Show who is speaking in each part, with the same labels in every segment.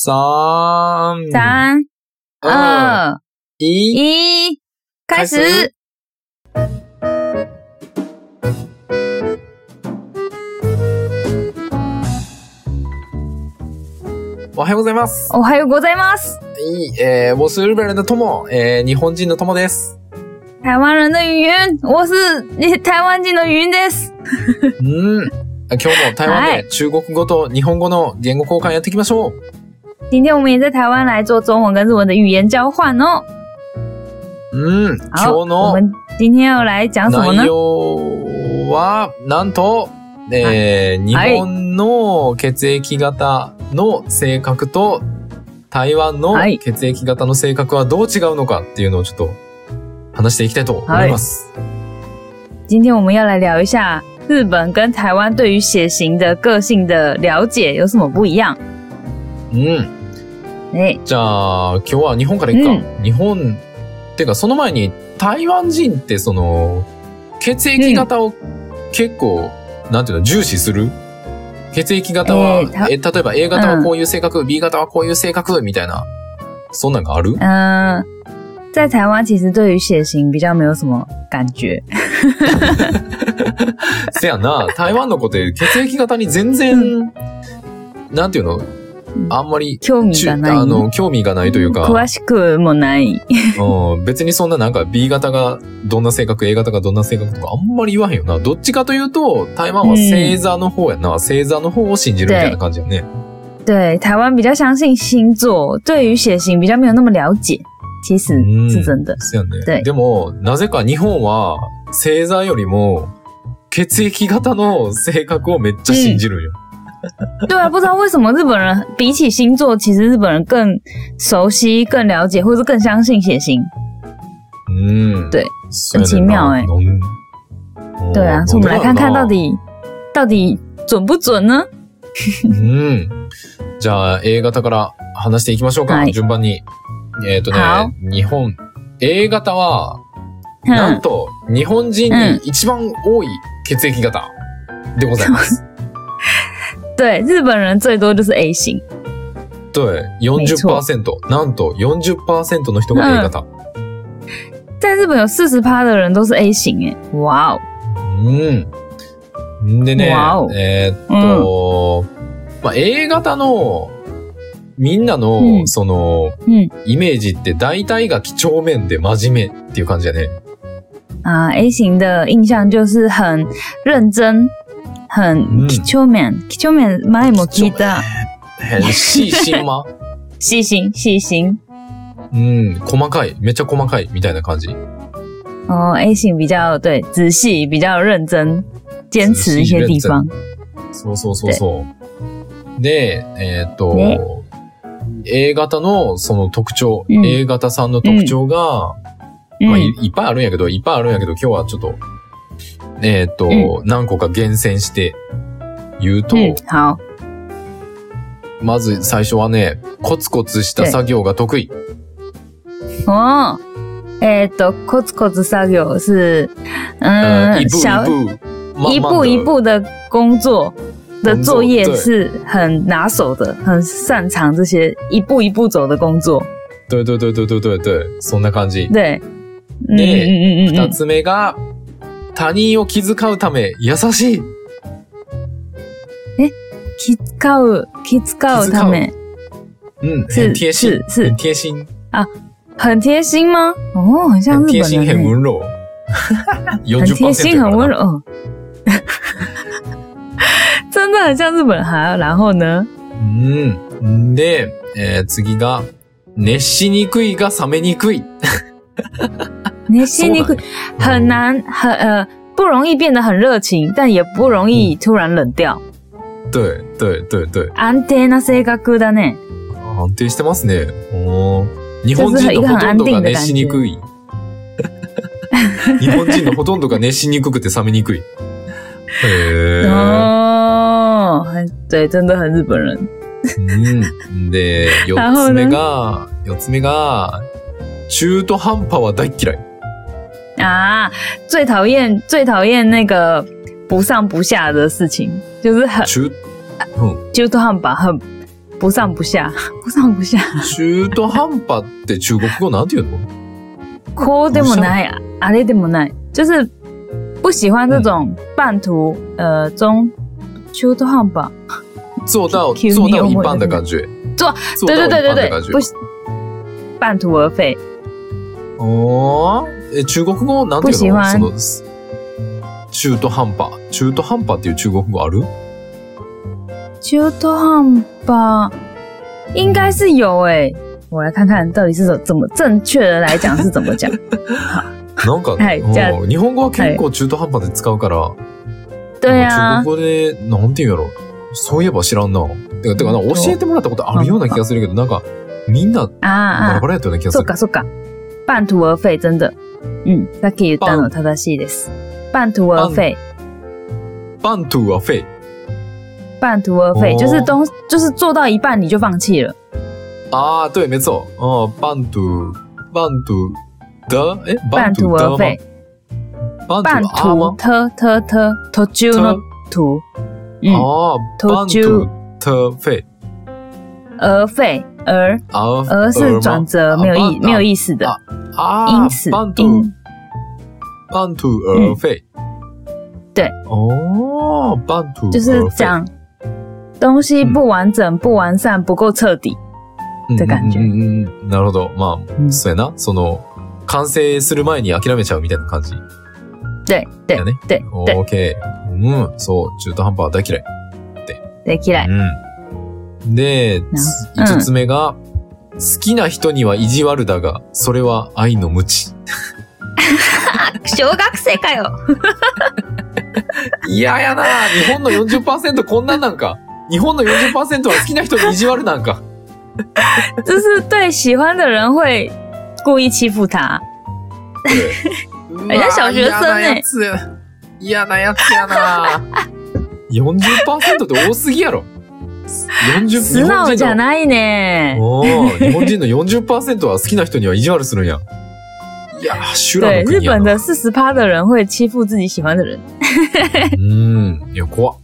Speaker 1: 三、
Speaker 2: 三、
Speaker 1: 二、
Speaker 2: 二、
Speaker 1: 一，
Speaker 2: 一，开始。
Speaker 1: 开始おはようございます。
Speaker 2: おはようございます。
Speaker 1: いい、えー、我是日本人的 Tomo、えー、日本人の Tomo です。
Speaker 2: 台湾人的云云，我是你台湾人的云云です。
Speaker 1: うん。今日も台湾
Speaker 2: は
Speaker 1: で中国語と日本語の言語交換やっていきましょう。
Speaker 2: 今天我们也在台湾来做中文跟日文的语言交换哦。
Speaker 1: うん。今日
Speaker 2: 好，我
Speaker 1: の
Speaker 2: 们今天要来讲什么呢
Speaker 1: 内？容は、なんと、えー日
Speaker 2: はい
Speaker 1: 本の血液型の性格と台湾の
Speaker 2: はい
Speaker 1: 血液型の性格はどう違うのかっていうのをちょっと話していきたいと思います。
Speaker 2: 今天我们要来聊一下日本跟台湾对于血型的个性的了解有什么不一样。
Speaker 1: うん。
Speaker 2: 哎，
Speaker 1: じゃあ、今日は日本からいくか。
Speaker 2: う
Speaker 1: 日本、てかその前に台湾人ってその、血液型を結構、なんていうの、重視する血液型は、
Speaker 2: えーた
Speaker 1: え例えば A 型は
Speaker 2: うん
Speaker 1: こういう性格、B 型はこういう性格、みたいな、そんなんがある
Speaker 2: 嗯、在台湾其实对于血型比较没有什么感觉。
Speaker 1: せやな、台湾の子って血液型に全然、
Speaker 2: う
Speaker 1: なんていうの、あんまり、
Speaker 2: 興味
Speaker 1: ちゅ
Speaker 2: が
Speaker 1: あ
Speaker 2: ない。
Speaker 1: の、興味がないという か、
Speaker 2: 詳しくもない。
Speaker 1: うん、別にそんななんか B 型がどんな性格、A 型がどんな性格とかあんまり言わへんよな。どっちかというと、台湾は星座の方やな。星座の方を信じるみたいな感じやね。
Speaker 2: 对，台湾比较相信星座，对于血型比较没有那么了解，其实
Speaker 1: 嗯
Speaker 2: 是真的。
Speaker 1: そうやね。
Speaker 2: 对
Speaker 1: でも、なぜか日本は星座よりも血液型の性格をめっちゃ信じるんよ。
Speaker 2: 对啊，不知道为什么日本人比起星座，其实日本人更熟悉、更了解，或是更相信血型。
Speaker 1: うん。
Speaker 2: 对
Speaker 1: そうやねんな。
Speaker 2: 奇妙
Speaker 1: え
Speaker 2: 欸。对
Speaker 1: 哦
Speaker 2: 啊，所以我们来看看到底到底准不准呢？
Speaker 1: うん。じゃあ、A 型から話していきましょうか。
Speaker 2: はい
Speaker 1: 順番に。えっ、と
Speaker 2: は
Speaker 1: ね、日本、A 型は、なん
Speaker 2: 嗯，
Speaker 1: と、日本人に一番多い血液型でございます。
Speaker 2: 对，日本人最多就是 A 型。
Speaker 1: 对、40%。なんと40%の人が A 型。
Speaker 2: 在日本有四十趴的人都是 A 型，哎，哇哦，
Speaker 1: うん。でね
Speaker 2: わ、お
Speaker 1: えーっ
Speaker 2: 嗯
Speaker 1: と、まあ、A 型の、みんなの、
Speaker 2: うん
Speaker 1: その、
Speaker 2: 嗯
Speaker 1: イメージって大体が几帳面で真面目っていう感じだね。
Speaker 2: 啊、a 型的印象就是很认真，很
Speaker 1: 嗯
Speaker 2: k i c h o m a n k i c h o m a n 蛮有记得，
Speaker 1: へんし、しん ま。
Speaker 2: 细心细心。
Speaker 1: うん、細かい、めっちゃ細かいみたいな感じ。
Speaker 2: 哦，A 型比较对仔细，比较认真，坚持一些地方。
Speaker 1: そうそうそうそう。で、えーっと、
Speaker 2: ね
Speaker 1: A 型のその特徴、
Speaker 2: うん
Speaker 1: A 型さんの特徴が、まあい
Speaker 2: 嗯，
Speaker 1: いっぱいあるんやけど、いっぱいあるんやけど、今日はちょっと、えーっと、
Speaker 2: う
Speaker 1: 何個か厳選して言うと、
Speaker 2: 嗯，好，
Speaker 1: まず最初はね、コツコツした作業が得意。
Speaker 2: 哦，えっと、コツコツ作業是，
Speaker 1: うん
Speaker 2: 嗯，
Speaker 1: 呃一
Speaker 2: 小
Speaker 1: 步一步、慢慢
Speaker 2: 一步
Speaker 1: 地
Speaker 2: 一步的工作的
Speaker 1: 工作
Speaker 2: 作业
Speaker 1: 对
Speaker 2: 是很拿手的，很擅长这些一步一步走的工作。
Speaker 1: 对对对对对对对。そんな感じ。
Speaker 2: 对，嗯
Speaker 1: 对
Speaker 2: 嗯嗯嗯
Speaker 1: 二
Speaker 2: 嗯，
Speaker 1: つ目が、他人を気遣うため優しい。
Speaker 2: 気遣う気遣う他们
Speaker 1: うん、
Speaker 2: 是
Speaker 1: 很贴心
Speaker 2: 是。是
Speaker 1: 很贴心。
Speaker 2: 很贴心吗？哦，很像
Speaker 1: 很
Speaker 2: 日
Speaker 1: 贴
Speaker 2: 本
Speaker 1: 心、很
Speaker 2: 人欸，
Speaker 1: 温 柔。
Speaker 2: 很贴心，很温
Speaker 1: 柔。
Speaker 2: 柔。哦 真的很像日本人。好，然后呢？
Speaker 1: うん。で、えー次が、熱しにくいが冷めにくい。
Speaker 2: 你心里
Speaker 1: そうだね
Speaker 2: 很难，很呃不容易变得很热情，但也不容易突然冷掉。
Speaker 1: 对、对、对、对。
Speaker 2: 安定な性格だね。
Speaker 1: 安定してますね。おー日本人のほとんどが熱しにくい。 日本人のほとんどが熱しにくくて冷めにくい。へー。
Speaker 2: 哦，很对，真的很日本人。
Speaker 1: うん。で、四
Speaker 2: なる
Speaker 1: つ
Speaker 2: ほど
Speaker 1: 目
Speaker 2: ね
Speaker 1: が、四つ目が、中途半端は大嫌い。
Speaker 2: 啊，最讨厌最讨厌那个不上不下的事情，就是很
Speaker 1: 中、
Speaker 2: 就都很把很不上不下，不上不下。
Speaker 1: 中途半端って中国語なんて言うの
Speaker 2: こうでもない啊，あれでもない，就是不喜欢这种
Speaker 1: 嗯
Speaker 2: 半途呃中中途半端。
Speaker 1: 做到
Speaker 2: 急に
Speaker 1: 做到一半的感觉。
Speaker 2: 做
Speaker 1: 做
Speaker 2: 对
Speaker 1: 到
Speaker 2: 对
Speaker 1: 一半
Speaker 2: 对对
Speaker 1: 的感
Speaker 2: 对，
Speaker 1: 觉
Speaker 2: 不。喜半途而废，
Speaker 1: 哦，え、中国語なんていう
Speaker 2: 不喜
Speaker 1: の
Speaker 2: 欢
Speaker 1: その、す中途半端。中途半端っていう中国語ある
Speaker 2: 中途半端应该是有诶、我来看看到底是怎么正确的来讲是怎么 讲。
Speaker 1: なんか、
Speaker 2: はい
Speaker 1: うん
Speaker 2: じゃあ
Speaker 1: 日本語は結構中途半端で使うから、
Speaker 2: 对
Speaker 1: 中
Speaker 2: 啊，
Speaker 1: 国語で、なんていうんやろ。そういえば知らんな。てか、てかなんか教えてもらったことあるような気がするけど、なんか、みんな
Speaker 2: 啊
Speaker 1: バラ
Speaker 2: 啊
Speaker 1: バ，ラやったような気がす
Speaker 2: そ
Speaker 1: る
Speaker 2: っ。かそっか。半途而废真的。嗯，さっき言ったの正しいです。半途而废，
Speaker 1: 半途はフェイ。
Speaker 2: 半途而废
Speaker 1: 哦
Speaker 2: 就是东就是做到一半你就放弃了。
Speaker 1: あー、对、没错。うん、半途、半途的、え、
Speaker 2: 半途
Speaker 1: 的
Speaker 2: 而
Speaker 1: 吗
Speaker 2: 废，
Speaker 1: 半
Speaker 2: 半
Speaker 1: 途あー
Speaker 2: 途
Speaker 1: 吗
Speaker 2: 特特特途中の途，嗯，
Speaker 1: あー、半途的フェイ。
Speaker 2: 而废而
Speaker 1: 啊，
Speaker 2: 而是转折，没有意没有
Speaker 1: 思
Speaker 2: 意思的，
Speaker 1: 啊，
Speaker 2: 因此
Speaker 1: 半途
Speaker 2: 因
Speaker 1: 半途而废，
Speaker 2: 对，
Speaker 1: 哦，半途
Speaker 2: 就是
Speaker 1: 而废
Speaker 2: 讲东西
Speaker 1: 嗯
Speaker 2: 不完整、不完善、不够彻底。
Speaker 1: 嗯
Speaker 2: 的感觉
Speaker 1: 嗯嗯嗯嗯，なるほど。ま
Speaker 2: う
Speaker 1: あ
Speaker 2: ん
Speaker 1: そうやな。その完成する前に諦めちゃうみたいな感じ。
Speaker 2: 对对
Speaker 1: 有呢
Speaker 2: 对对，
Speaker 1: OK。うん、そう中途半端は大嫌い。
Speaker 2: 对起来。
Speaker 1: うん。で、
Speaker 2: うん
Speaker 1: 五つ目が好きな人には意地悪だが、それは愛の無知。
Speaker 2: 小学生かよ。
Speaker 1: いややな日本の40%こんなんなんか。日本の40%は好きな人に意地悪なんか。
Speaker 2: 就是对喜欢的人会故意欺负他。人家小学生欸
Speaker 1: 嫌なやつやな 40%って多すぎやろ。40
Speaker 2: 素直じゃないね
Speaker 1: 日本人。のおー日本人の40%は好きな人には意地悪するんや。いやー、修羅
Speaker 2: 对，
Speaker 1: の
Speaker 2: 日
Speaker 1: 国や
Speaker 2: 本
Speaker 1: な。
Speaker 2: 的四十趴的人会欺负自己喜欢的人。
Speaker 1: うん。いや、怖っ。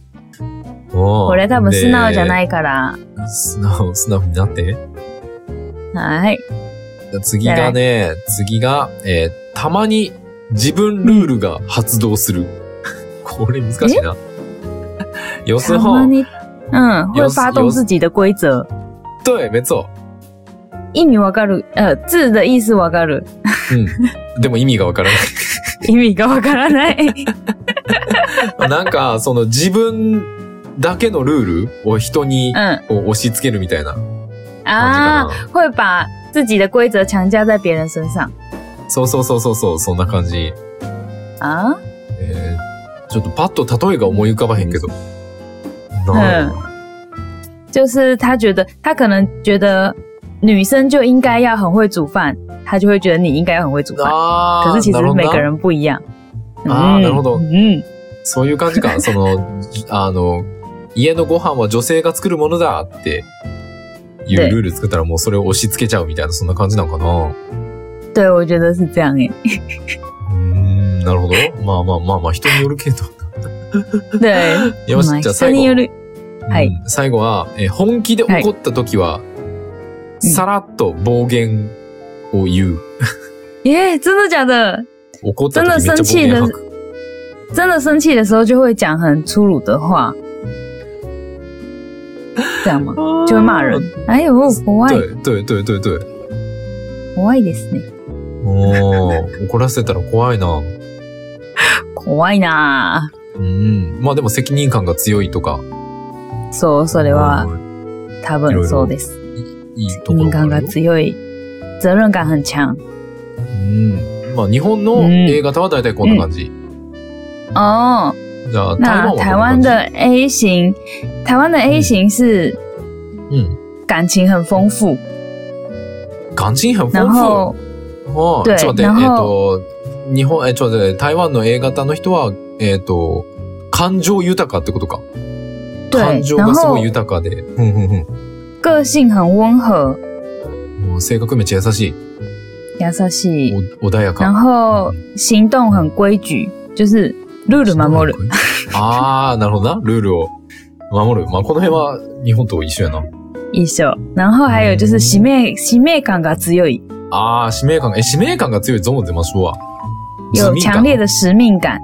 Speaker 1: おー
Speaker 2: これ多分素直じゃな
Speaker 1: で
Speaker 2: いから。
Speaker 1: 素直、素直になって。
Speaker 2: はい。
Speaker 1: じゃあ次がね、次が、えーたまに自分ルールが発動する。これ難しいな。有时
Speaker 2: 他
Speaker 1: 候
Speaker 2: 们，に嗯，
Speaker 1: 有
Speaker 2: 会发动
Speaker 1: 有
Speaker 2: 自己的规则。
Speaker 1: 对，没错。
Speaker 2: 意味わかる？呃，字的意思わかる。
Speaker 1: うん。でも意味がわからな
Speaker 2: 意味がわからない。
Speaker 1: い。なんか、その自分だけのルールを人に
Speaker 2: 嗯
Speaker 1: こう押し付けるみたいな
Speaker 2: 啊
Speaker 1: 感，じか
Speaker 2: 会把自己的规则强加在别人身上
Speaker 1: な。そうそうそうそうそう、そんな感じ。
Speaker 2: 啊？
Speaker 1: えーちょっとパッと例えが思い浮かばへんけど。なんやろ
Speaker 2: 就是他觉得他可能觉得女生就应该要很会煮饭，他就会觉得你应该要很会煮饭。
Speaker 1: あー
Speaker 2: 可是其
Speaker 1: な
Speaker 2: 实
Speaker 1: るほど
Speaker 2: 每
Speaker 1: な
Speaker 2: 个人不一样。
Speaker 1: 啊なるほど
Speaker 2: 嗯，
Speaker 1: そういう感じ か。その、じあの、家のご飯は女性が作るものだっていう
Speaker 2: 对
Speaker 1: ルール作ったらもうそれを押し付けちゃうみたいな、そんな感じなのかな。
Speaker 2: 对，我觉得是这样诶。欸
Speaker 1: うーん、なるほど。まあまあまあまあ、人によるけど。
Speaker 2: 对，嗯
Speaker 1: よし
Speaker 2: まあ、
Speaker 1: じゃあ
Speaker 2: 人
Speaker 1: 最
Speaker 2: によ
Speaker 1: 後。
Speaker 2: るはい
Speaker 1: うん最後は、えー本気で怒った時は、
Speaker 2: い
Speaker 1: さらっと暴言を言う。
Speaker 2: 耶，真的假的？
Speaker 1: 怒った時めっちゃ暴言吐く。
Speaker 2: 真的生气的时候就会讲很粗鲁的话，这 样吗？就会骂人。哎呦，怖い
Speaker 1: 对对对对对。
Speaker 2: 怖いですね。
Speaker 1: おー怒らせたら怖いな。
Speaker 2: 怖いなぁ。
Speaker 1: うん。まあでも責任感が強いとか、
Speaker 2: そう、それは
Speaker 1: うん
Speaker 2: 多
Speaker 1: いろい
Speaker 2: 分
Speaker 1: ろ
Speaker 2: そうです。
Speaker 1: いいところ
Speaker 2: 敏
Speaker 1: があ
Speaker 2: 感が
Speaker 1: るよ
Speaker 2: 強い。责任感很強。
Speaker 1: うん。まあ、日本の A 型は大体こんな感じ。
Speaker 2: 哦，
Speaker 1: じゃあ、台湾
Speaker 2: 那
Speaker 1: はこ
Speaker 2: 台
Speaker 1: んな感
Speaker 2: 湾
Speaker 1: じ
Speaker 2: 的 A 型，台湾的 A 型是
Speaker 1: うん。
Speaker 2: 感情很丰富，
Speaker 1: 感情很
Speaker 2: 然
Speaker 1: 丰富。
Speaker 2: 后
Speaker 1: あ
Speaker 2: 对
Speaker 1: あちょっと待って、えっ、
Speaker 2: 然
Speaker 1: と、日本、えちょっと待って、台湾の A 型の人は、えっ、と、感情豊かってことか。
Speaker 2: 对
Speaker 1: 感情，
Speaker 2: 然
Speaker 1: がす
Speaker 2: 后
Speaker 1: ごい豊かで。うんうん
Speaker 2: 个性很温和，
Speaker 1: うん。もう性格めっちゃ優し
Speaker 2: 優し
Speaker 1: い。
Speaker 2: い，
Speaker 1: お穏や
Speaker 2: 然
Speaker 1: か。
Speaker 2: 后行动很规矩，就是ルール守る。
Speaker 1: ああ、なるほどな。ルールを守る。まあ、この辺は日本と一緒やな。
Speaker 2: 一緒。然后还有
Speaker 1: 嗯
Speaker 2: 就是使命使命感が強い，
Speaker 1: あー、使命感が、え、使命感が強い怎么怎么说啊？使
Speaker 2: 有
Speaker 1: 命
Speaker 2: 强
Speaker 1: 感
Speaker 2: 烈的使命感，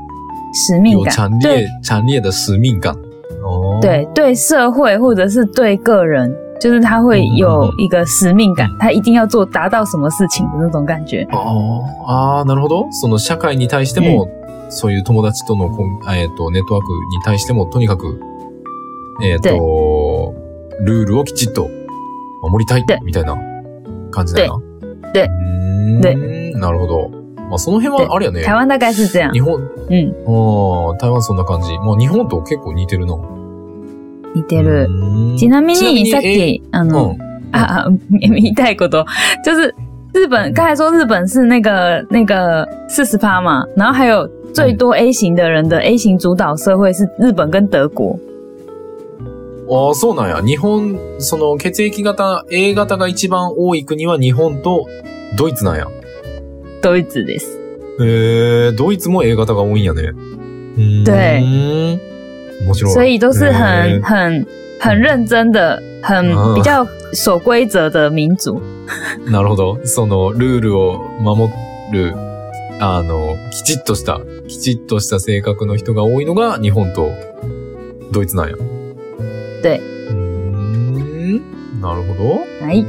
Speaker 2: 使命
Speaker 1: 有
Speaker 2: 感，
Speaker 1: 强烈
Speaker 2: 对
Speaker 1: 强烈的使命感。哦，，
Speaker 2: 对对社会或者是对个人，就是他
Speaker 1: 嗯
Speaker 2: 会有一个使命感，他一定要做达到什么事情的那种感觉。
Speaker 1: 哦あー、なるほど。その社会に対しても、そういう友達とのコン、えっ、と、ネットワークに対しても、とにかく、えっ、と、ルールをきちっと守りたい
Speaker 2: 对、
Speaker 1: みたいな感じだな。
Speaker 2: 对
Speaker 1: うーん、なるほど。まあ、その辺
Speaker 2: 对
Speaker 1: は、あれやね。
Speaker 2: 台湾大概是这样
Speaker 1: 日，本、
Speaker 2: 嗯，
Speaker 1: ああ、台湾そんな感じ。まあ、日本と結構似てるな。
Speaker 2: 似てる。
Speaker 1: うーん
Speaker 2: ちなみ
Speaker 1: ちなみ
Speaker 2: に
Speaker 1: に
Speaker 2: さっきあ
Speaker 1: う
Speaker 2: の
Speaker 1: ん。
Speaker 2: 啊啊，言いたいこと就是日本，刚才说日本是那个那个四十趴嘛，然后还有最
Speaker 1: 嗯
Speaker 2: 多 A 型的人的 A 型主导社会是日本跟德国，
Speaker 1: ああ、そうなんや。日本、その血液型、A 型が一番多い国は日本とドイツなんや。
Speaker 2: 都一直です。
Speaker 1: へえ、ドイツも A 型が多いんやね。うーん。
Speaker 2: 对
Speaker 1: 面白い。
Speaker 2: 所以都是
Speaker 1: へ
Speaker 2: 很
Speaker 1: ー
Speaker 2: 很很认真的，很
Speaker 1: 嗯
Speaker 2: 比较守规则的民族。
Speaker 1: なるほど。その、ルールを守る、あの、きちっとした、きちっとした性格の人が多いのが日本とドイツなんや。
Speaker 2: 对
Speaker 1: うーん。なるほど。
Speaker 2: 哎，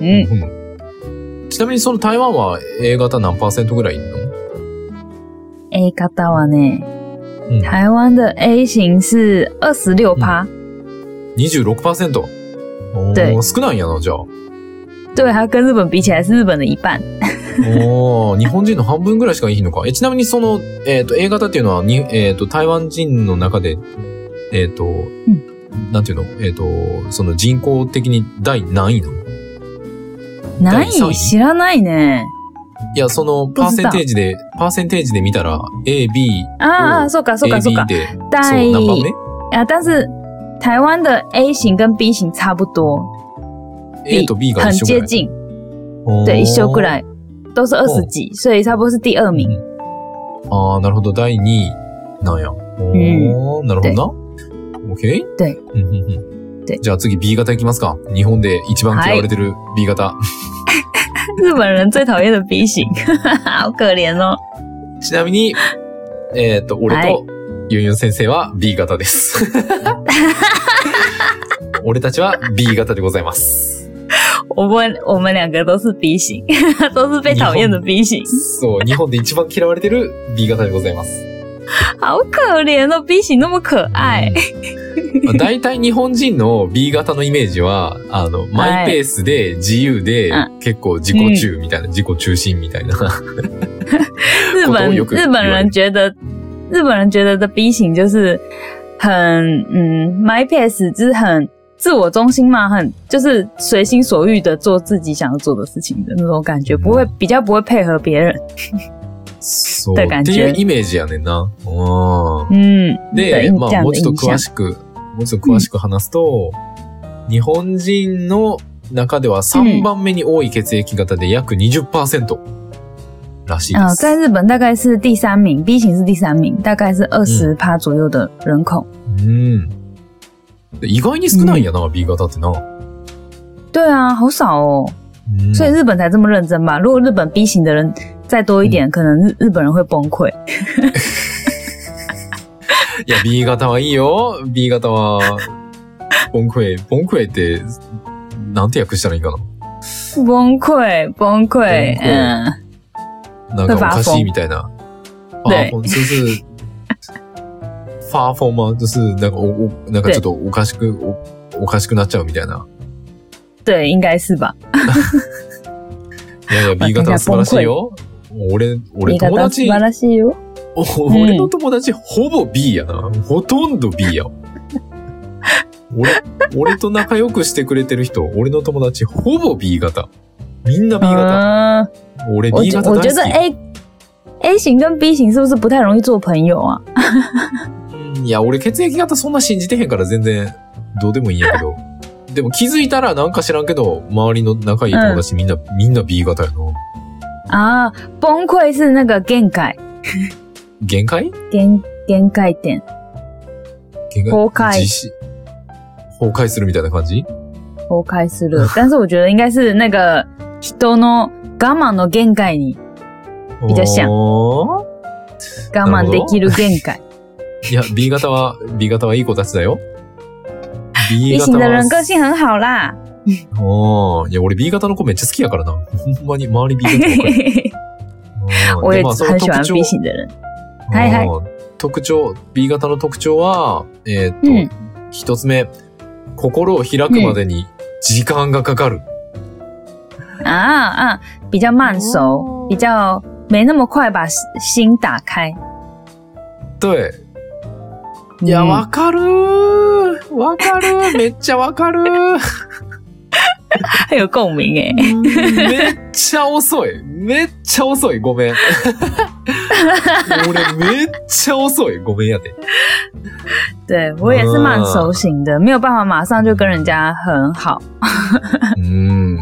Speaker 2: 嗯，
Speaker 1: うんちなみにその台湾は A 型何パーセントぐらいいるの、
Speaker 2: A 型はね，
Speaker 1: うん、
Speaker 2: 哎台湾的 A 型是二十六趴，
Speaker 1: 嗯 ?26%。お
Speaker 2: 对
Speaker 1: ー少ないんやな、じゃあ。
Speaker 2: 对，它跟日本比起来是日本的一半。
Speaker 1: おー日本人の半分ぐらいしかいひんのか。え、ちなみにその、えっ、と、A 型っていうのは、にえっ、と、台湾人の中で、えっ、と、なんていうのえっ、と、その人口的に第何位なのい
Speaker 2: 难
Speaker 1: 三
Speaker 2: 以
Speaker 1: 位
Speaker 2: 知らないね。
Speaker 1: や、その、
Speaker 2: 知道
Speaker 1: パーセンテージで、パーセンテージで見たら、A、B、
Speaker 2: 啊
Speaker 1: 嗯
Speaker 2: 啊，そうかそうか
Speaker 1: A、
Speaker 2: そうか
Speaker 1: B。で、そ
Speaker 2: 第
Speaker 1: う、何番
Speaker 2: 啊，但是台湾的 A 型跟 B 型差不多，
Speaker 1: 目 ?A と B が
Speaker 2: 很
Speaker 1: 一緒
Speaker 2: 接
Speaker 1: ぐらい。
Speaker 2: 近，
Speaker 1: おー
Speaker 2: 对，一緒くらい都是二十几，所以差不多是第二名。
Speaker 1: ああ、なるほど。第2位なんや。おー、なるほどな。OK?
Speaker 2: 对
Speaker 1: うんうんうん
Speaker 2: 对
Speaker 1: じゃあ次 B 型いきますか。日本で一番嫌われてる B 型。
Speaker 2: 日本人最讨厌的 B 型， 好可怜哦。
Speaker 1: ちなみに、えっ、と、俺
Speaker 2: はい
Speaker 1: とユンユン先生は B 型 です。俺たちは B 型でございます。
Speaker 2: 我们我们两个都是 B 型， 都是被讨厌的 B 型，
Speaker 1: そう、日本で一番嫌われてる B 型でございます。
Speaker 2: 好可怜哦！B 型那么可爱，
Speaker 1: まあ大体日本人の B 型のイメージは、あの、マイペースで自由で
Speaker 2: あ
Speaker 1: 結構自己中みたいな、自己中心みたいな。
Speaker 2: 日本
Speaker 1: 我都有个
Speaker 2: 日本人觉得日本人觉得的 B 型就是很嗯，my pace 就是很自我中心嘛，很就是随心所欲的做自己想要做的事情的那种感觉，不会比较不会配合别人，
Speaker 1: そう。
Speaker 2: だから
Speaker 1: っていうイメージやねんな。うん。
Speaker 2: 嗯，
Speaker 1: で、
Speaker 2: 对
Speaker 1: ま
Speaker 2: 这
Speaker 1: あ、
Speaker 2: 样
Speaker 1: もう
Speaker 2: 的
Speaker 1: ちょっと
Speaker 2: 印
Speaker 1: 詳
Speaker 2: 象，
Speaker 1: しく、もうちょっと詳しく話すと、日本人の中では3番目に多い血液型で約20%らしいで
Speaker 2: 嗯、
Speaker 1: す。
Speaker 2: 在日本大概是第三名，B 型是第三名，大概是二十趴左右的人口。
Speaker 1: うん。で意外に少ないんやな、B 型ってな。
Speaker 2: 对啊，好少哦，
Speaker 1: うん
Speaker 2: 所以日本才这么认真吧？如果日本 B 型的人再多一点，可能日日本人会崩溃。
Speaker 1: いや、B 型はいいよ。B 型は、ボンクエ、ボンクエって、なんて訳したらいいか
Speaker 2: 崩溃，崩溃
Speaker 1: 崩溃，
Speaker 2: 嗯，
Speaker 1: な。なんかおかしいみたいな。ファー
Speaker 2: 对
Speaker 1: フォン、就是、ファーフォン吗就是、なんかお、お、なんかちょっとおかしく、お、おかしくなっちゃうみたいな。
Speaker 2: 对，应该是吧？
Speaker 1: いやいや、B 型は素晴らしいよ。俺、俺友達、
Speaker 2: らしいよ。
Speaker 1: お
Speaker 2: うん
Speaker 1: 俺の友達ほぼ B やな。ほとんど B やわ。俺、俺と仲良くしてくれてる人、俺の友達ほぼ B 型。みんな B 型。
Speaker 2: 嗯，
Speaker 1: 俺
Speaker 2: 我
Speaker 1: B
Speaker 2: 觉
Speaker 1: 型大
Speaker 2: 我
Speaker 1: 好
Speaker 2: 觉得
Speaker 1: き。
Speaker 2: A A 型跟 B 型是不是不太容易做朋友啊？
Speaker 1: いや、俺血液型そんな信じてへんから全然どうでもいいんやけど。でも気づいたらなんか知らんけど、周りの仲いい友達みんな、みんな B 型やな。
Speaker 2: 啊，崩溃是那个 g a n 改
Speaker 1: 限界
Speaker 2: g a n g a n 改点
Speaker 1: 限界
Speaker 2: 崩壊
Speaker 1: 自信崩壊するみたいな感じ
Speaker 2: 崩壊 する。但是我觉得应该是那个人の我慢の限界に比較像
Speaker 1: おー
Speaker 2: 我慢できる限 界。
Speaker 1: いや、B 型は、B 型はいい子たちだ よ。B
Speaker 2: B 型
Speaker 1: 型
Speaker 2: 的
Speaker 1: は
Speaker 2: 人。个性很 好啦。
Speaker 1: おーいや、俺 B 型の子めっちゃ好きやからな。ほんまに、周り B 型の子やうん。
Speaker 2: 我
Speaker 1: で
Speaker 2: 也
Speaker 1: まあその
Speaker 2: 很喜
Speaker 1: 特徴
Speaker 2: 欢 B 型的人。はいはい
Speaker 1: うん特徴、B 型の特徴は、えーっと、
Speaker 2: うん
Speaker 1: 一つ目、心を開くまでに時間がかかる。
Speaker 2: 啊啊，比较慢熟
Speaker 1: 哦，
Speaker 2: 比较没那么快把心打开。
Speaker 1: 对。いや、
Speaker 2: 嗯
Speaker 1: わかるーわかるーめっちゃわかるー
Speaker 2: 很有共鸣哎、
Speaker 1: うんめっちゃ遅いめっちゃ遅いごめん。俺めっちゃ遅いごめんやで。
Speaker 2: 对我也是慢熟型的，没有办法马上就跟人家很好。
Speaker 1: うん。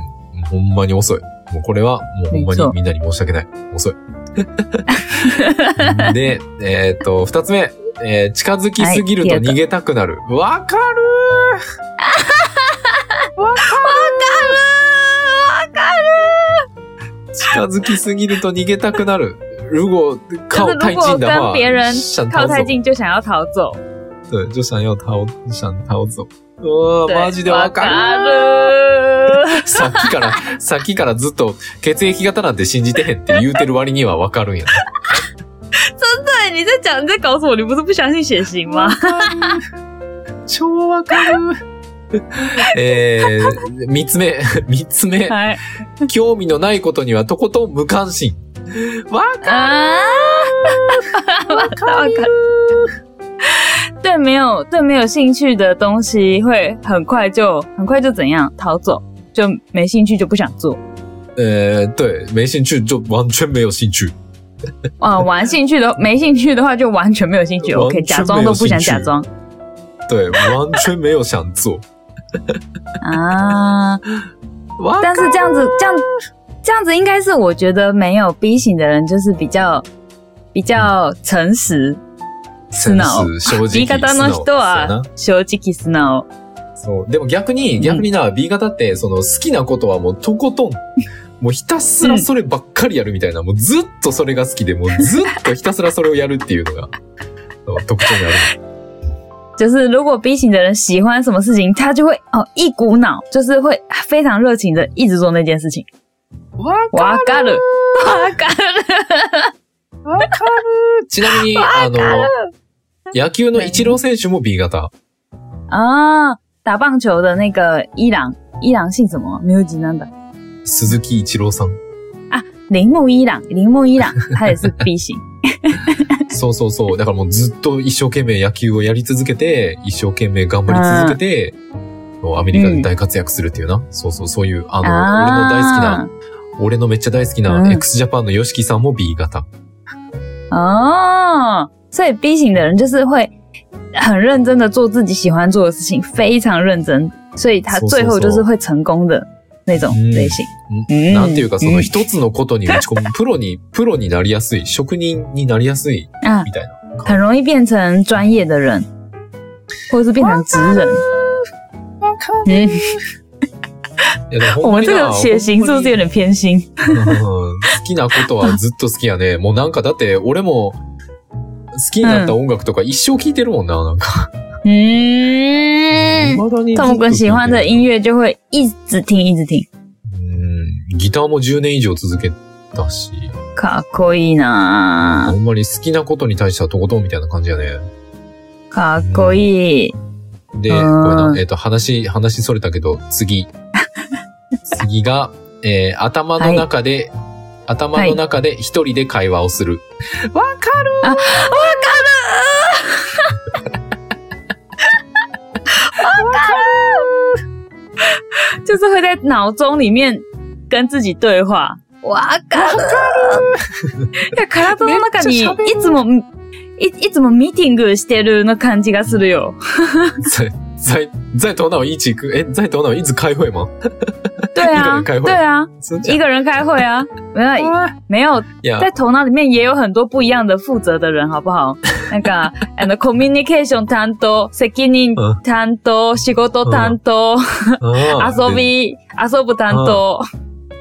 Speaker 1: ほんまに遅い。もうこれは、もうほんま
Speaker 2: めっちゃ
Speaker 1: にみんなに申し訳ない。遅い。 で、えーっと、二つ目。えー近づきすぎると
Speaker 2: はい
Speaker 1: 逃げたくなる。わ、かるー わかる近づきすぎると逃げたくなる。如果靠
Speaker 2: 就是
Speaker 1: 太
Speaker 2: 如果
Speaker 1: 近的
Speaker 2: 跟
Speaker 1: 话，
Speaker 2: 别人
Speaker 1: 想逃
Speaker 2: 靠
Speaker 1: 走
Speaker 2: 太，近就想要逃走。
Speaker 1: 对，就想要逃，想逃走。うわ
Speaker 2: 对
Speaker 1: マジでわかる
Speaker 2: わかる
Speaker 1: さっきから、さっきからずっと血液型なんて信じてへんって言うてる割にはわかるんやな。
Speaker 2: 对，你在讲你在搞什么？你不是不相信血型吗？
Speaker 1: 超わかる。えー、三つ目、 三つ目、
Speaker 2: 哎
Speaker 1: 興味のないことにはとことん無関心。わ
Speaker 2: 啊，我靠！我靠！对没有对没有兴趣的东西，会很快就很快就怎样逃走，就没兴趣就不想做。
Speaker 1: えー、对、没兴趣就完全没有兴趣。
Speaker 2: 啊，玩兴趣的没兴趣的话，就完全没有兴趣。
Speaker 1: 完全
Speaker 2: OK，假装都不想假装
Speaker 1: 对、完全没有想做。
Speaker 2: 啊。
Speaker 1: わか
Speaker 2: 但是这样子，这样这样子应该是我觉得没有 B 型的人就是比较比较诚实，素直。
Speaker 1: 正直
Speaker 2: B 型の人
Speaker 1: 素直
Speaker 2: は正直素直。
Speaker 1: そう。でも逆
Speaker 2: う
Speaker 1: に、
Speaker 2: ん
Speaker 1: 逆にな、B 型って、その好きなことはもうとことん、 もうひたすらそればっかりやるみたいな、もうずっとそれが好きで、もうずっとひたすらそれをやるっていうのが、 そう特徴にある。
Speaker 2: 就是如果 B 型的人喜欢什么事情，他就会哦一股脑，就是会非常热情的一直做那件事情。
Speaker 1: わ
Speaker 2: 哇嘎了，哇嘎了，
Speaker 1: わかるちなみに、あの、野球の一郎選手も B 型。
Speaker 2: 啊！打棒球的那个伊朗，伊朗姓什么？没有几难的。
Speaker 1: 鈴木一郎 さん。
Speaker 2: 铃木伊朗，铃木伊朗，他也是 B 型。
Speaker 1: そうそうそう。だからもうずっと一生懸命野球をやり続けて、一生懸命頑張り続けて、もうアメリカで大活躍するっていうな。そうそう、そういう、あの、俺の大好きな
Speaker 2: 啊，
Speaker 1: 俺のめっちゃ大好き
Speaker 2: う
Speaker 1: なん x ジャパンの YOSHIKI さんも B 型。
Speaker 2: 哦，所以 B 型的人就是会很认真的做自己喜欢做的事情，非常认真，所以他
Speaker 1: そうそうそう
Speaker 2: 最后就是会成功的那种
Speaker 1: 嗯
Speaker 2: 类型。嗯
Speaker 1: なんていうか、その一つのことに打ち込む、 プロに、プロになりやすい、職人になりやすい、
Speaker 2: 嗯啊
Speaker 1: みたいな。
Speaker 2: 很容易变成专业的人，或者是变成职人。嗯，
Speaker 1: いやでも
Speaker 2: 我
Speaker 1: ほんま
Speaker 2: 们
Speaker 1: に
Speaker 2: 这
Speaker 1: な
Speaker 2: 个血型是不是有点偏心？
Speaker 1: ほんまに うん好きなことはずっと好きやね。もうなんかだって、俺も、好きになった音楽とか一生聴いてるもんな、なんか。未
Speaker 2: 嗯，
Speaker 1: だにずっと聴いてる
Speaker 2: 痛姆哥喜欢的音乐就会一直听，一直听。
Speaker 1: うんギターも10年以上続けたし、
Speaker 2: 卡酷伊
Speaker 1: あ
Speaker 2: 呢？
Speaker 1: んまり好きなことに対してはとことんみたいな感じやね。
Speaker 2: 卡酷伊，
Speaker 1: で、
Speaker 2: う
Speaker 1: ごめんな、
Speaker 2: ん
Speaker 1: えっ、と、話、話それたけど、 次。次が、えー頭の中で、頭の中で一人で会話をする。わ、かる
Speaker 2: 就是会在脑中里面跟自己对话。哇嘎！いや体の中に いつもいいつもミーティングしてるの感じがするよ。
Speaker 1: それ、在在头脑一起，哎，在头脑一直开会吗？
Speaker 2: 对
Speaker 1: 一个
Speaker 2: 啊
Speaker 1: 人开，会
Speaker 2: 对啊，
Speaker 1: 真假
Speaker 2: 一个人开会啊，没 有没有，
Speaker 1: 呀
Speaker 2: 在头脑里面也有很多不一样的负责的人，好不 好？那个 and communication 担当、責 任
Speaker 1: 嗯
Speaker 2: 担当、仕事担 当、
Speaker 1: 啊
Speaker 2: 遊
Speaker 1: 对
Speaker 2: び遊ぶ担当，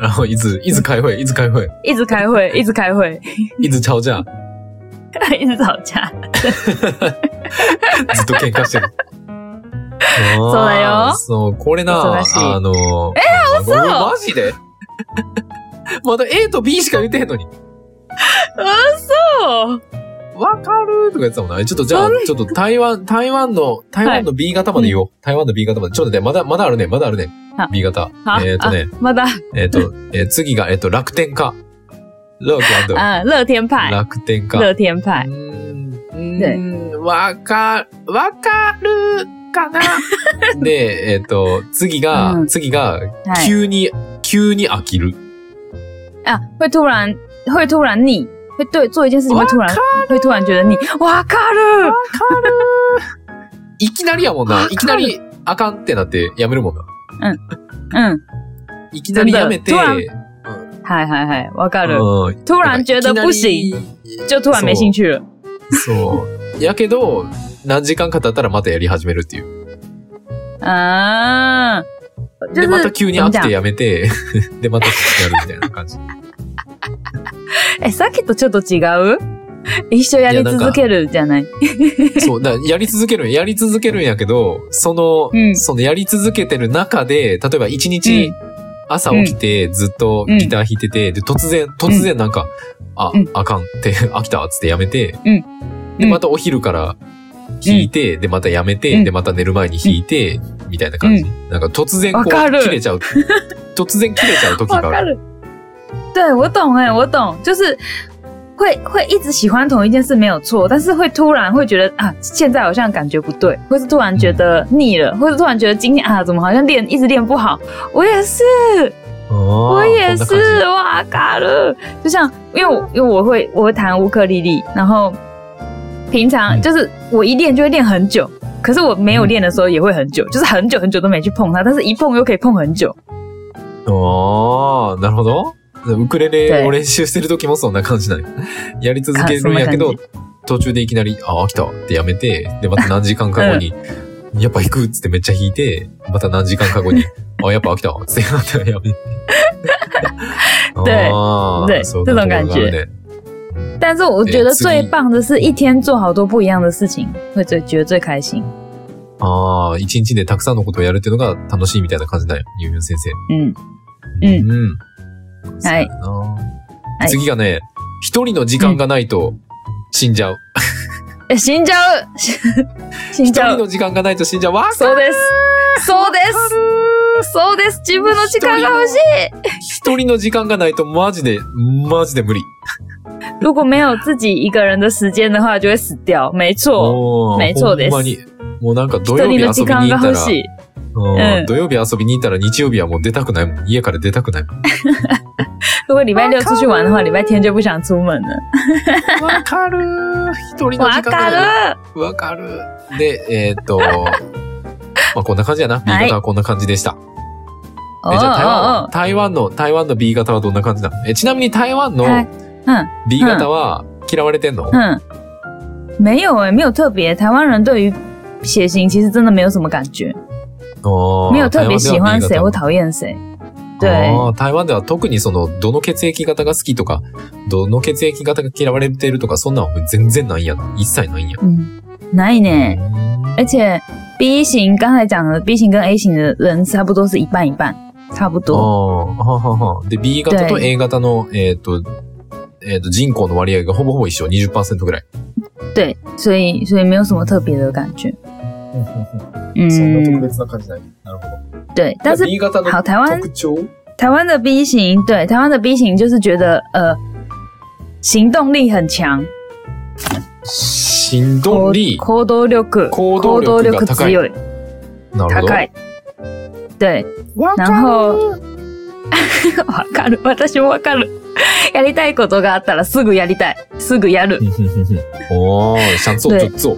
Speaker 1: 然后一直一直开会，一直开会，
Speaker 2: 一直开会，一直开会，
Speaker 1: 一直吵架，
Speaker 2: 一直吵架。
Speaker 1: ずっと喧嘩して る。
Speaker 2: うだよ
Speaker 1: そう、これな、
Speaker 2: 恐ろしい
Speaker 1: あの、えー、嘘マジで まだ A と B しか言ってへんのに。
Speaker 2: そう
Speaker 1: わかるとか言ってたもんな。ちょっとじゃあ、ちょっと台湾、台湾の、台湾の B 型まで言おう。台湾の B 型まで。ちょっとね、まだ、まだあるね、まだあるね
Speaker 2: あ。
Speaker 1: B 型
Speaker 2: あ。
Speaker 1: えっ、とね、
Speaker 2: まだ、
Speaker 1: えっ、と、えー次が、えっ、と、楽天家。楽天家。
Speaker 2: あ、乐天派，
Speaker 1: 楽天家。
Speaker 2: 乐天派
Speaker 1: う。ーん、わか、わかるか なで、えっ、と、次が、
Speaker 2: うん
Speaker 1: 次が、
Speaker 2: はい
Speaker 1: 急に、急に飽きる。
Speaker 2: 啊，会突然会突然腻，会对做一件事情会突然会突然觉得腻。哇卡了，
Speaker 1: いきなりやもん
Speaker 2: わか
Speaker 1: な。
Speaker 2: る
Speaker 1: いきなり、あかんってなって、やめるもんな。
Speaker 2: 嗯，
Speaker 1: いきなりやめて、
Speaker 2: 真的嗨嗨嗨，哇卡了，
Speaker 1: うん
Speaker 2: 突然觉得不行，。就突然没兴趣了。
Speaker 1: そう。やけど、何時間か経ったらまたやり始めるっていう。
Speaker 2: 啊，就
Speaker 1: で、
Speaker 2: 是
Speaker 1: また急に
Speaker 2: 怎么
Speaker 1: 飽き
Speaker 2: 讲
Speaker 1: て？やめて、 で、またやるみたいな感じ。
Speaker 2: 哎，さっきとちょっと違う？一緒やり続けるじゃない？
Speaker 1: そう、だやり続けるんやり続けるんやけど、その、
Speaker 2: うん
Speaker 1: そのやり続けてる中で、例えば一日、
Speaker 2: うん
Speaker 1: 朝起きて、ずっとギター弾いてて、で、突然、突然なんか、あ
Speaker 2: うん、
Speaker 1: あかんって、 飽きたっつってやめて、
Speaker 2: うん
Speaker 1: で、
Speaker 2: うん
Speaker 1: またお昼から弾いて、で、またやめて、
Speaker 2: うん
Speaker 1: で、また寝る前に弾いて、みたいな感じ。なんか突然こ
Speaker 2: わ
Speaker 1: う、
Speaker 2: かる
Speaker 1: 切れちゃう。突然切れちゃう時が
Speaker 2: 哇卡
Speaker 1: ある。
Speaker 2: 了，对我懂哎、我懂，就是。会会一直喜欢同一件事没有错，但是会突然会觉得啊，现在好像感觉不对，或是突然觉得腻了，或是突然觉得今天啊，怎么好像练一直练不好？我也是，
Speaker 1: 我哦
Speaker 2: 我也是，哇嘎了！就像因为我因为我会我会弹乌克丽丽，然后平常
Speaker 1: 嗯
Speaker 2: 就是我一练就会练很久，可是我没有练的时候也会很久，就是很久很久都没去碰它，但是一碰又可以碰很久。
Speaker 1: ああ、なるほど。ウクレレ
Speaker 2: 对
Speaker 1: を練習してる時もそんな感じ なんや。やり続けるんやけ
Speaker 2: あそ
Speaker 1: ど
Speaker 2: んな、
Speaker 1: 途中でいきなり、あ、飽きたってやめて、で、また何時間か後 に、やっぱ行くっつってめっちゃ弾いて、また何時間か後 に、あ、やっぱ飽きたっつってまたやめて。
Speaker 2: 对
Speaker 1: あー
Speaker 2: 对
Speaker 1: そんなところがある
Speaker 2: 这种感
Speaker 1: ね
Speaker 2: 但是我觉
Speaker 1: 对
Speaker 2: 得
Speaker 1: 自己
Speaker 2: 最棒的是一天做好多不一样的事情，会最觉得最开心。
Speaker 1: ああ、一日でたくさんのことをやるっていうのが楽しいみたいな感じだよ、ゆうゆう先生。
Speaker 2: 嗯，うん
Speaker 1: うん。そうやな
Speaker 2: はい
Speaker 1: 次がね、一人の時間がないと死んじゃう。
Speaker 2: え死 んじゃう、死ん
Speaker 1: 一
Speaker 2: じゃ
Speaker 1: 人
Speaker 2: う。
Speaker 1: の時間がないと死んじゃう。わか
Speaker 2: そうです、そうです、そうです。自分の時間が欲しい。
Speaker 1: 一人の時間がないとマジで、マジで無理。
Speaker 2: 如果没有自己一个人的时间的话，就会死掉。没错，
Speaker 1: おー
Speaker 2: 没错です
Speaker 1: ほんまに。もうなんか土
Speaker 2: 一
Speaker 1: 曜日
Speaker 2: 人
Speaker 1: 遊
Speaker 2: の時
Speaker 1: び
Speaker 2: 間
Speaker 1: に行
Speaker 2: が
Speaker 1: った
Speaker 2: 欲
Speaker 1: ら
Speaker 2: し、い。
Speaker 1: う
Speaker 2: うんん
Speaker 1: 土曜日遊びに行ったら日曜日はもう出たくないもん。家から出たくないもん。
Speaker 2: 如果礼拜六出去玩的
Speaker 1: 哦
Speaker 2: 话，礼拜天就不想出门了。
Speaker 1: わかる一人の時間が
Speaker 2: 哇嘎
Speaker 1: ない。
Speaker 2: 了，
Speaker 1: わかるで、え ーっと、まあこんな感じやな。B
Speaker 2: はい
Speaker 1: 型はこんな感じでした。
Speaker 2: 哦
Speaker 1: えじゃあ台湾
Speaker 2: 哦
Speaker 1: は、台湾の、台湾の B 型はどんな感じなのえ、ちなみに台湾の
Speaker 2: はい嗯
Speaker 1: B 型は嫌われてんの、
Speaker 2: 嗯，没有哎、没有特别。台湾人对于血型其实真的没有什么感觉，
Speaker 1: あー
Speaker 2: 没有特别喜欢谁
Speaker 1: 哦台湾では B 型
Speaker 2: 或讨厌谁。对
Speaker 1: あー台湾では特にその、どの血液型が好きとか、どの血液型が嫌われてるとか、そんなの全然ないんや。一切ないんや。
Speaker 2: 嗯，难以呢。而且 B 型刚才讲的 B 型跟 A 型的人差不多是一半一半，差不
Speaker 1: あー
Speaker 2: 多。
Speaker 1: はははで、B 型と A 型の、えっ、と、えっ、と、人口の割合がほぼほぼ一緒、20%ぐらい。
Speaker 2: 对，所以所以没有什么特别的感觉。嗯，
Speaker 1: 別な感じない。なるほど。
Speaker 2: 对，但是
Speaker 1: 型
Speaker 2: 好，台湾
Speaker 1: 徴
Speaker 2: 台湾的 B 型，对台湾的 B 型就是觉得呃，行动力很强，
Speaker 1: 行動力。
Speaker 2: 行動力
Speaker 1: 行動力
Speaker 2: 行
Speaker 1: が高い
Speaker 2: 強い
Speaker 1: なるほど。
Speaker 2: 高い。对，然后 わかる。私もわかる。 やりたいことがあったらすぐやりたい。すぐやる。
Speaker 1: おー、想做
Speaker 2: 对
Speaker 1: 就做。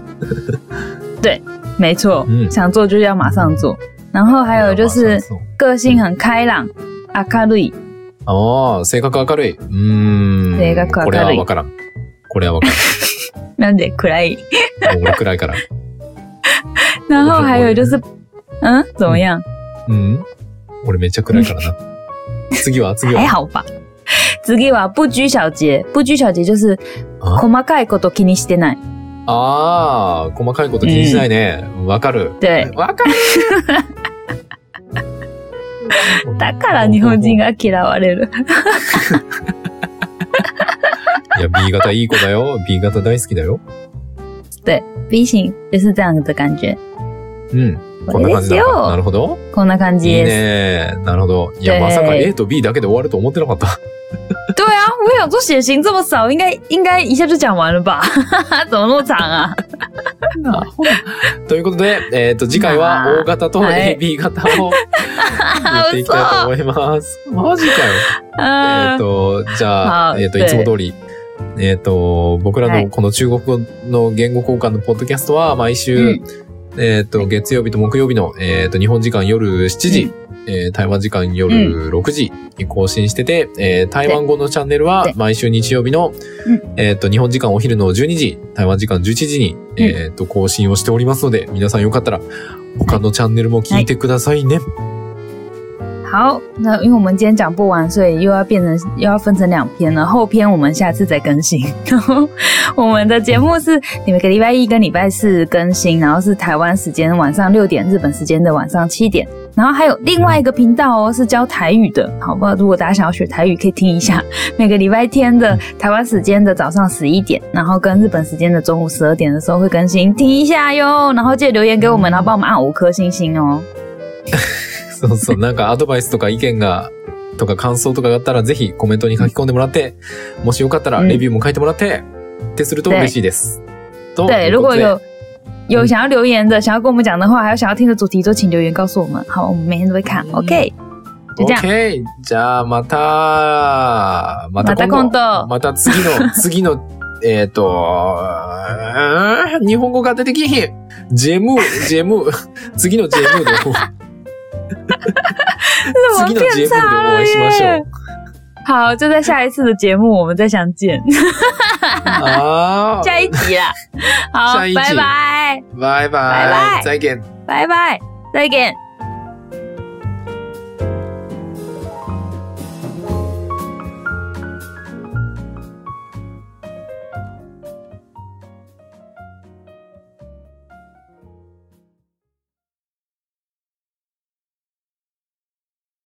Speaker 2: 没错，
Speaker 1: 嗯
Speaker 2: 想做就要马上做。然后还有就是个性很开朗，明るい。
Speaker 1: ああ、性格明るい。うーん。
Speaker 2: 性格明るい
Speaker 1: これはわからん。これはわか
Speaker 2: なんで 暗い。
Speaker 1: らん。もう俺くらい から。
Speaker 2: 然后还有就是，嗯，怎么样？
Speaker 1: うん。俺めっちゃ暗いからな。次は次
Speaker 2: 还
Speaker 1: は。
Speaker 2: 好吧。次は不拘小节，不拘小节就是
Speaker 1: あ
Speaker 2: 細かいこと気にしてない。
Speaker 1: あー、細かいこと気にしないね。わかる。
Speaker 2: 对，
Speaker 1: わかる
Speaker 2: だから日本人
Speaker 1: い
Speaker 2: が嫌われる。
Speaker 1: や、B 型いい子だよ。B 型大好きだよ。
Speaker 2: B 型 就是这样的感觉。
Speaker 1: うん。こ
Speaker 2: こ
Speaker 1: んな
Speaker 2: れで
Speaker 1: 感じ
Speaker 2: す
Speaker 1: なのかな
Speaker 2: よ。
Speaker 1: るほど。
Speaker 2: こんな感じ
Speaker 1: いい
Speaker 2: です。
Speaker 1: ねなるほど。いや、
Speaker 2: 对
Speaker 1: まさか A と B だけで終わると思ってなかった。
Speaker 2: 对啊，我想说血型这么少，应该应该一下就讲完了吧？ 怎么那么长啊？
Speaker 1: ということで、えっ、と、次回は
Speaker 2: まあ
Speaker 1: O 型と
Speaker 2: はい
Speaker 1: AB 型 を言っていきたいと思います。マジかよ。えっ、
Speaker 2: 嗯，
Speaker 1: と、じゃあ、
Speaker 2: 好
Speaker 1: えっ、と、い
Speaker 2: 对
Speaker 1: つも通り、えっ、と、僕ら
Speaker 2: は
Speaker 1: の
Speaker 2: い
Speaker 1: この中国語の言語交換のポッドキャストは毎週、えっ、と、月曜日と木曜日の、えっ、と、日本時間夜7時、えー台湾時間夜6時に更新してて、えー台湾語のチャンネルは
Speaker 2: で
Speaker 1: 毎週日曜日の
Speaker 2: うん、
Speaker 1: えっ、と、日本時間お昼の12時、台湾時間11時に、えっ、と、更新をしておりますので、皆さんよかったら、他のチャンネルも聞いてくださいね。
Speaker 2: 好，那因为我们今天讲不完，所以又要变成又要分成两篇了。后篇我们下次再更新。然后我们的节目是每个礼拜一跟礼拜四更新，然后是台湾时间晚上六点，日本时间的晚上七点。然后还有另外一个频道哦，是教台语的，好不好？如果大家想要学台语，可以听一下。每个礼拜天的台湾时间的早上十一点，然后跟日本时间的中午十二点的时候会更新，听一下哟。然后记得留言给我们，然后帮我们按五颗星星哦。
Speaker 1: そうそう、なんかアドバイスとか意見が、とか感想とかがあったら、ぜひコメントに書き込んでもらって、もしよかったら
Speaker 2: うん
Speaker 1: レビューも書いてもらって、ってすると嬉しいです。とい
Speaker 2: 对，
Speaker 1: う
Speaker 2: 如
Speaker 1: こ
Speaker 2: 果
Speaker 1: とで
Speaker 2: 有有
Speaker 1: 嗯
Speaker 2: 想要留言的，想要跟我们讲的话，还有想要听的主题，都请留言告诉我们。好，我们每天都会看。OK，就这样。
Speaker 1: OK! じゃあ、また、また今度。
Speaker 2: また今度
Speaker 1: また次 の、次の、えっと、うーん日本語が出てきひん。ジェム、ジェム、 次のジェムで、次のジェムでお
Speaker 2: 这怎么变差了
Speaker 1: 会いしましょ
Speaker 2: 耶
Speaker 1: う？。
Speaker 2: 好，就在下一次的节目我们再相见，
Speaker 1: あ
Speaker 2: 下一集啦。好
Speaker 1: 下一，集
Speaker 2: 拜拜，
Speaker 1: ー、バイ
Speaker 2: バイ
Speaker 1: バイ。
Speaker 2: バイ
Speaker 1: 再見。
Speaker 2: 拜拜，再见。